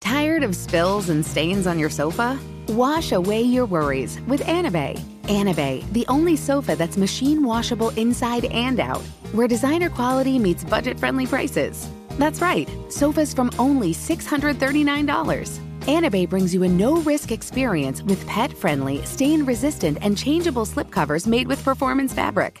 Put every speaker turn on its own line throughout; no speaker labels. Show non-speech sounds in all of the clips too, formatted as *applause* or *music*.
Tired of spills and stains on your sofa? Wash away your worries with Anabe. Anabe, the only sofa that's machine washable inside and out, where designer quality meets budget friendly prices. That's right, sofas from only $639. Anabe brings you a no risk experience with pet friendly, stain resistant, and changeable slipcovers made with performance fabric,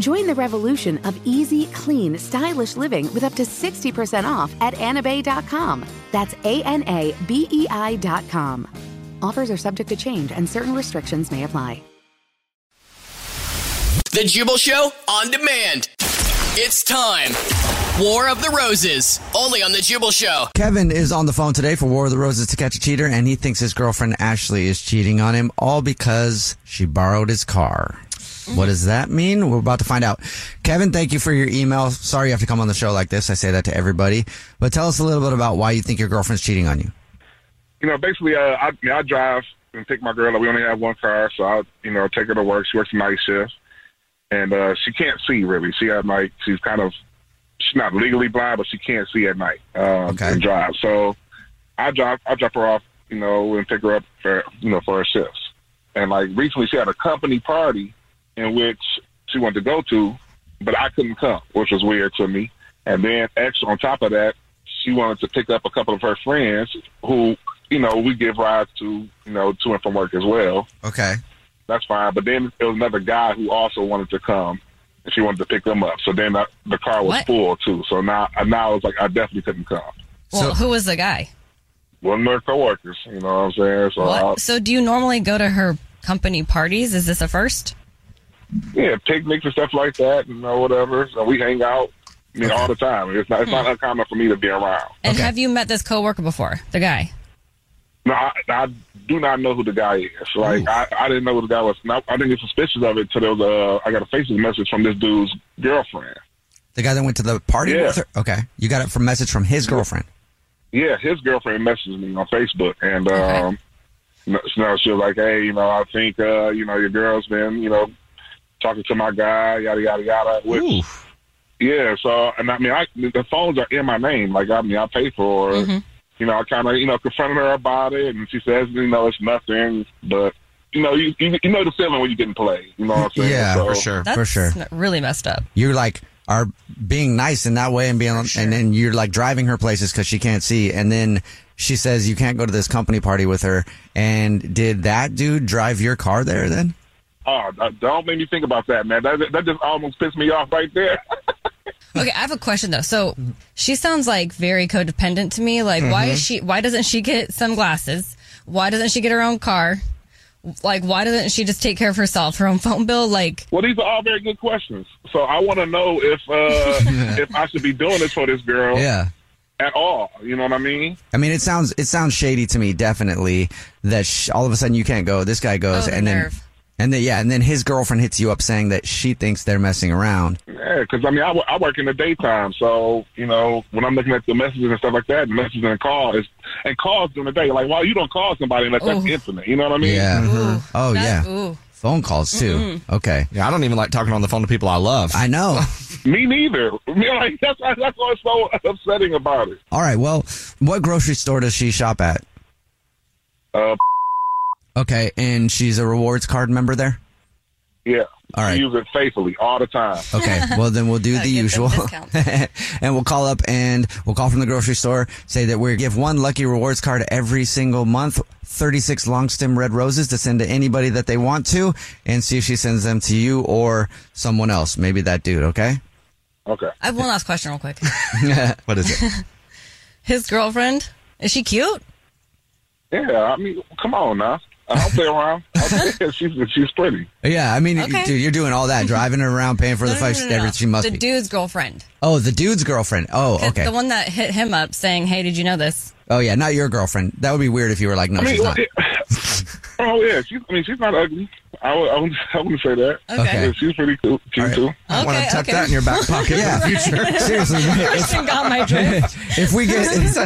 Join the revolution of easy, clean, stylish living with up to 60% off at anabay.com. That's A N A B E I.com. Offers are subject to change and certain restrictions may apply.
The Jubal Show on demand. It's time. War of the Roses, only on The Jubal Show.
Kevin is on the phone today for War of the Roses to catch a cheater, and he thinks his girlfriend Ashley is cheating on him, all because she borrowed his car. What does that mean? We're about to find out. Kevin, thank you for your email. Sorry you have to come on the show like this. I say that to everybody. But tell us a little bit about why you think your girlfriend's cheating on you.
you know, basically, uh, I, you know, I drive and pick my girl up. We only have one car, so I, you know, take her to work. She works a night shift, and uh, she can't see really. She at night, she's kind of, she's not legally blind, but she can't see at night um,
Okay.
and drive. So I drop, I drop her off, you know, and pick her up for, you know, for her shifts. And like recently, she had a company party in which she wanted to go to, but I couldn't come, which was weird to me. And then extra on top of that, she wanted to pick up a couple of her friends who, you know, we give rides to, you know, to and from work as well.
Okay.
That's fine. But then there was another guy who also wanted to come, and she wanted to pick them up. So then the, the car was
What?
full too. So now, now it's like I definitely couldn't come.
So-
Well, who was the guy?
One of their coworkers, you know what I'm saying? So I,
Uh,
What? So, do you normally go to her company parties? Is this a first?
yeah, picnics and stuff like that, you know, whatever. So we hang out, I mean, all the time. It's not, it's not uncommon for me to be around.
And
Okay.
have you met this coworker before? The guy.
No, I, I do not know who the guy is. Like, I, I didn't know who the guy was. Now, I didn't get suspicious of it till there was a, I got a Facebook message from this dude's girlfriend.
The guy that went to the party
Yeah.
with her? Okay. You got it from message from his girlfriend.
Yeah, his girlfriend messaged me on Facebook, and um, no no, she was like, "Hey, you know, I think uh, you know your girl's been, you know, talking to my guy, yada yada yada." Which, yeah, so and I mean, I the phones are in my name. Like, I mean, I pay for. it. You know, I kind of you know confronted her about it, and she says, "You know, it's nothing," but. You know, you, you you know the feeling when you getting played. You know what I'm saying?
Yeah,
So-
for sure.
That's
for sure.
n- really messed up.
you like are being nice in that way and being and then you're like driving her places because she can't see and then she says you can't go to this company party with her and did that dude drive your car there then
Oh, don't- don't make me think about that, man. That that just almost pissed me off right there. *laughs*
Okay, I have a question though. So,
Mm-hmm.
she sounds like very codependent to me. Like, why is she? Why doesn't she get sunglasses? Why doesn't she get her own car? Like, why doesn't she just take care of herself, her own phone bill? Like,
Well, these are all very good questions. So I want to know if
*laughs*
uh, if I should be doing this for this girl
yeah
at all. You know what I mean?
I mean, it sounds it sounds shady to me. Definitely that sh- all of a sudden you can't go. This guy goes,
Oh, the
and then
nerve.
And then yeah, and then his girlfriend hits you up saying that she thinks they're messing around.
Yeah, because I mean, I, w- I work in the daytime, so you know when I'm looking at the messages and stuff like that, the messages and calls and calls during the day. Like, why you don't call somebody unless that's intimate? You know what I mean?
Yeah.
Mm-hmm. Ooh,
Oh
that-
yeah.
Ooh.
Phone calls too. Okay.
Yeah, I don't even like talking on the phone to people I love.
I know.
*laughs*
Me neither. *laughs* I mean, like, that's that's what's so *laughs* upsetting about it.
All right. Well, what grocery store does she shop at?
Uh,
Okay, and she's a rewards card member there.
yeah.
All right.
Use it faithfully all the time.
Okay,
*laughs*
well then we'll do the
get them
usual,
discounts.
*laughs* and we'll call up and we'll call from the grocery store. Say that we give one lucky rewards card every single month, thirty-six long stem red roses to send to anybody that they want to, and see if she sends them to you or someone else, maybe that dude. Okay.
Okay.
I have one last question, real quick.
What is
*laughs*
it?
His girlfriend is she cute?
Yeah. I mean, come on now. I don't play around. *laughs* I- she's she's pretty.
Yeah, I mean,
Okay.
dude, you're doing all that, driving her around, paying for the fight. She must
the
be.
dude's girlfriend.
oh, the dude's girlfriend. Oh,
'Cause
okay.
The one that hit him up saying, "Hey, did you know this?"
oh, yeah, not your girlfriend. That would be weird if you were like, no,
I mean,
she's not.
*laughs* oh yeah. She's, I mean, she's not ugly. I would, I wouldn't, *laughs* I wouldn't say that.
*laughs*
Okay.
Yeah, she's pretty cool. Cute
right.
too.
I want to
Okay,
tuck
okay.
that in your back pocket
*laughs* Yeah.
in the future. *laughs*
Seriously, if,
Kristen got my drift.
*laughs* if we get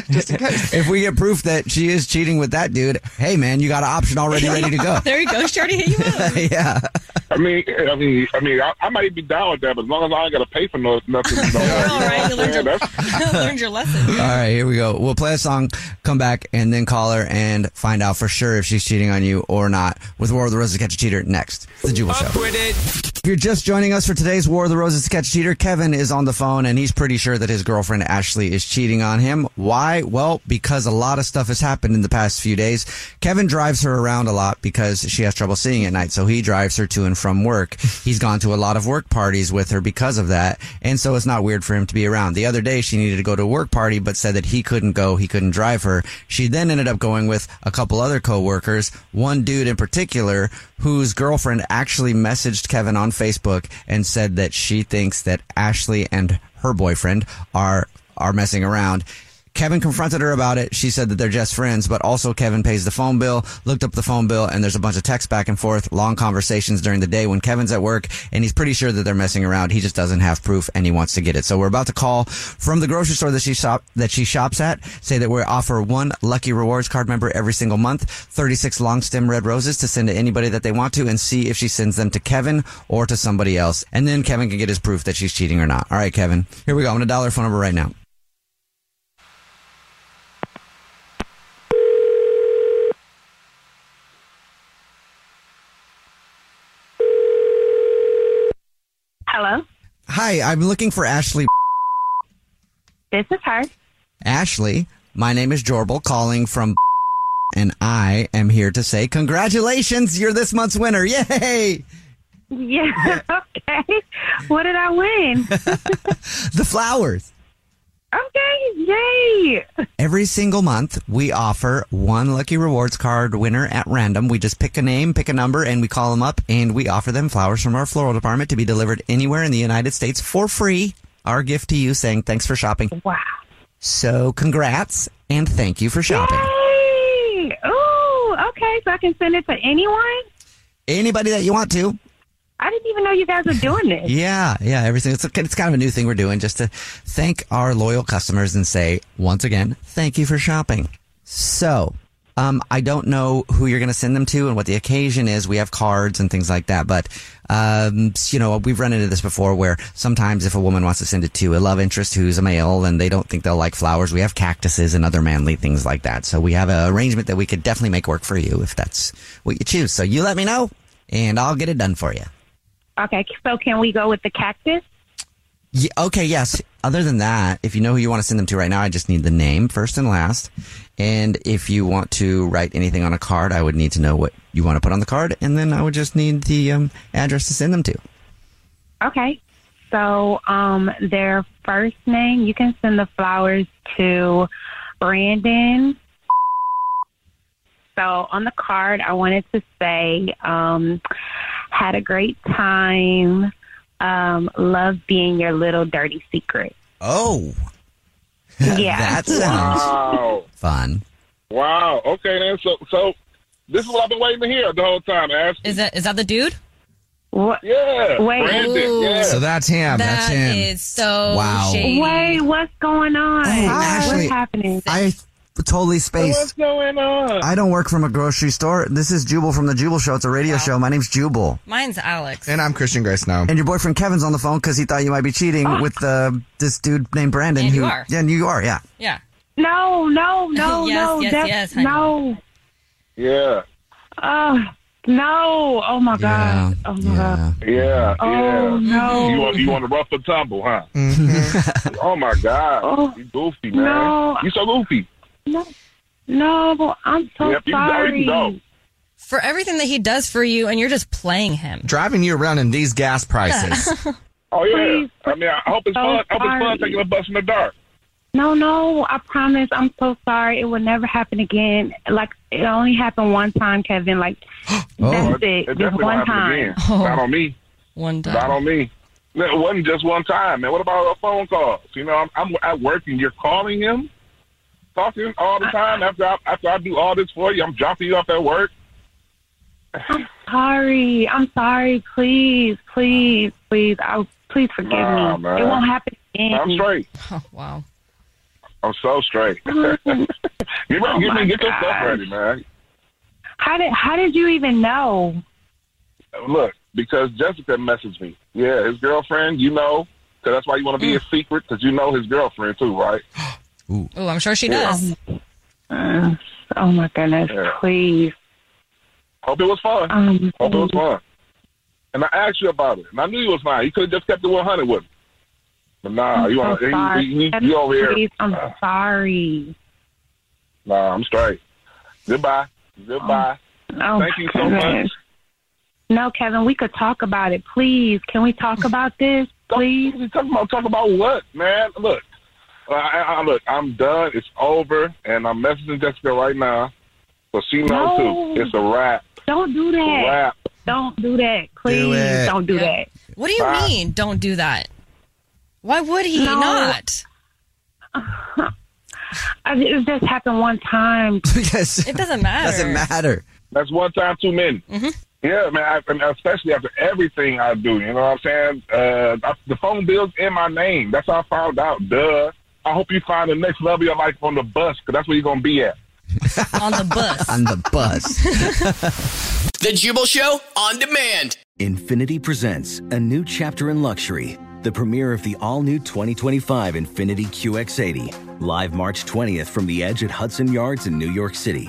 Just in case.
if we get proof that she is cheating with that dude, hey man, you got an option already ready to go. *laughs*
There you go. She already hit you up.
yeah.
I mean, I mean, I mean, I, I might be down with that, but as long as I ain't got to pay for no,
*laughs*
nothing, no,
You're all right. *laughs* You
you know what I'm saying?
learned your,
That's-
learned your lesson.
All right, here we go. We'll play a song, come back, and then call her and find out for sure if she's cheating on you or not. With War of the Roses to Catch a Cheater next. The Jubal Show. If you're just joining us for today's War of the Roses to Catch a Cheater, Kevin is on the phone and he's pretty sure that his girlfriend Ashley is cheating on him. Why? Well, because a lot of stuff has happened in the past few days. Kevin drives her around a lot because she has trouble seeing at night, so he drives her to and from work. He's gone to a lot of work parties with her because of that, and so it's not weird for him to be around. The other day, she needed to go to a work party, but said that he couldn't go, he couldn't drive her. She then ended up going with a couple other coworkers, one dude in particular, whose girlfriend actually messaged Kevin on Facebook and said that she thinks that Ashley and her boyfriend are are messing around. Kevin confronted her about it. She said that they're just friends, but also Kevin pays the phone bill, looked up the phone bill, and there's a bunch of texts back and forth, long conversations during the day when Kevin's at work, and he's pretty sure that they're messing around. He just doesn't have proof and he wants to get it. So we're about to call from the grocery store that she shop that she shops at, say that we offer one lucky rewards card member every single month, 36 long stem red roses to send to anybody that they want to and see if she sends them to Kevin or to somebody else. And then Kevin can get his proof that she's cheating or not. All right, Kevin. Here we go. I'm going to dial her phone number right now.
Hello,
Hi, I'm looking for Ashley
this is her.
Ashley, my name is Jorbil calling from and I am here to say congratulations, you're this month's winner. Yay!
Yeah, *laughs* okay. What did I win?
*laughs* The flowers.
Okay, yay.
Every single month, we offer one lucky rewards card winner at random. We just pick a name, pick a number, and we call them up and we offer them flowers from our floral department to be delivered anywhere in the United States for free. Our gift to you saying thanks for shopping.
Wow.
So, congrats and thank you for shopping.
Yay. Ooh, okay, so I can send it to anyone?
Anybody that you want to,
I didn't even know you guys were
*laughs*
doing this.
Yeah, yeah, everything. It's, it's kind of a new thing we're doing just to thank our loyal customers and say, once again, thank you for shopping. So, um, I don't know who you're going to send them to and what the occasion is. We have cards and things like that, but, um, s- you know, we've run into this before where sometimes if a woman wants to send it to a love interest who's a male and they don't think they'll like flowers, we have cactuses and other manly things like that. So we have an arrangement that we could definitely make work for you if that's what you choose. So you let me know and I'll get it done for you.
Okay, so can we go with the cactus?
Ye- okay, yes. Other than that, if you know who you want to send them to right now, I just need the name first and last. And if you want to write anything on a card, I would need to know what you want to put on the card, and then I would just need the um, address to send them to.
Okay, so um, their first name, you can send the flowers to Brandon. So on the card, I wanted to say, um, had a great time. Um, love being your little dirty secret.
*laughs* Oh,
Yeah.
that sounds
Wow.
fun.
Wow. Okay, then. So, so This is what I've been waiting to hear the whole time. Ask
Is that is that the dude?
What?
Yeah.
Wait.
Brandon.
Ooh.
Yeah.
So that's him. that's
That
him.
is so
Wow.
shady.
Wait, what's going on?
Hey, Ashley.
what's happening?
I totally
What's
spaced.
going on?
I don't work from a grocery store. This is Jubal from the Jubal Show. It's a radio show. My name's Jubal.
Mine's Alex.
And I'm Christian Grace now.
And your boyfriend Kevin's on the phone because he thought you might be cheating
*gasps*
with uh, this dude named Brandon.
And
who,
you are.
Yeah, and you are. Yeah.
Yeah.
no, no,
*laughs*
no,
Yes,
no.
yes,
that's,
yes, honey.
no.
yeah.
Oh, no. Oh, my God. Oh, my God.
Yeah.
Oh,
yeah.
no. Mm-hmm.
You want you want to rough and tumble, huh? oh my God.
Oh,
you goofy, man.
no.
You so goofy.
No. No, I'm so
yep, you
sorry.
go. You
For everything that he does for you, and you're just playing him.
Driving you around in these gas
*laughs*
*laughs*
prices.
go. Oh yeah.
Please,
I mean, I hope it's
so
fun. I hope it's
sorry.
fun taking a bus in the dark.
No, no, I promise. I'm so sorry. It will never happen again. Like it only happened one time, Kevin. Like
Oh.
that's it.
It
Just
definitely
one
won't happen
time. Oh.
again. Not on me.
One time.
Not on me. No, It wasn't just one time, man. What about a phone calls? You know, I'm, I'm at work and you're calling him, talking all the time. After I, after I do all this for you, I'm dropping you off at work.
Sorry. I'm sorry. Please, please, please. I please forgive
Nah,
me.
man.
It won't happen again.
I'm straight.
*laughs* Oh, wow.
I'm so straight. get *laughs* ready, get,
my
me, get your stuff
gosh.
ready, man.
How did How did you even know?
Look, because Jessica messaged me. Yeah, his girlfriend. You know, because that's why you want to be a secret, because you know his girlfriend too, right?
Oh, I'm sure she does.
Uh, oh my goodness.
Yeah.
Please.
Hope it was fun.
Um.
Hope it was fun. And I asked you about it, and I knew he was lying. He could have just kept the 100 with me. But nah,
I'm
Uh, you,
so
want to
sorry.
you, you, you over here.
Please, I'm sorry.
Nah, I'm straight. Goodbye. Goodbye. Thank
Oh, my
you so much.
goodness. No, Kevin, we could talk about it, please. Can we talk about this,
Talk-
please?
Talk about talk about what, man? Look, I, I, I- look, I'm done. It's over, and I'm messaging Jessica right now, so she knows
No.
too. It's a wrap.
Don't do
It's a
that.
wrap.
Don't do that, please.
it.
Don't do
Yeah.
that.
What do you
Bye.
mean? Don't do that. Why would he
No.
not?
I, it just happened one time.
*laughs*
because
It
it
doesn't matter.
doesn't matter.
That's one time too many. Yeah, man. I, I mean, especially after everything I do, you know what I'm saying? Uh, I, the phone bill's in my name. That's how I found out. Duh. I hope you find the next level of your life on the bus, because that's where you're gonna be at.
On the bus.
On the bus.
The Jubal Show on demand.
Infinity presents a new chapter in luxury, the premiere of the all new 2025 Infinity QX80, live March 20th from the edge at Hudson Yards in New York City,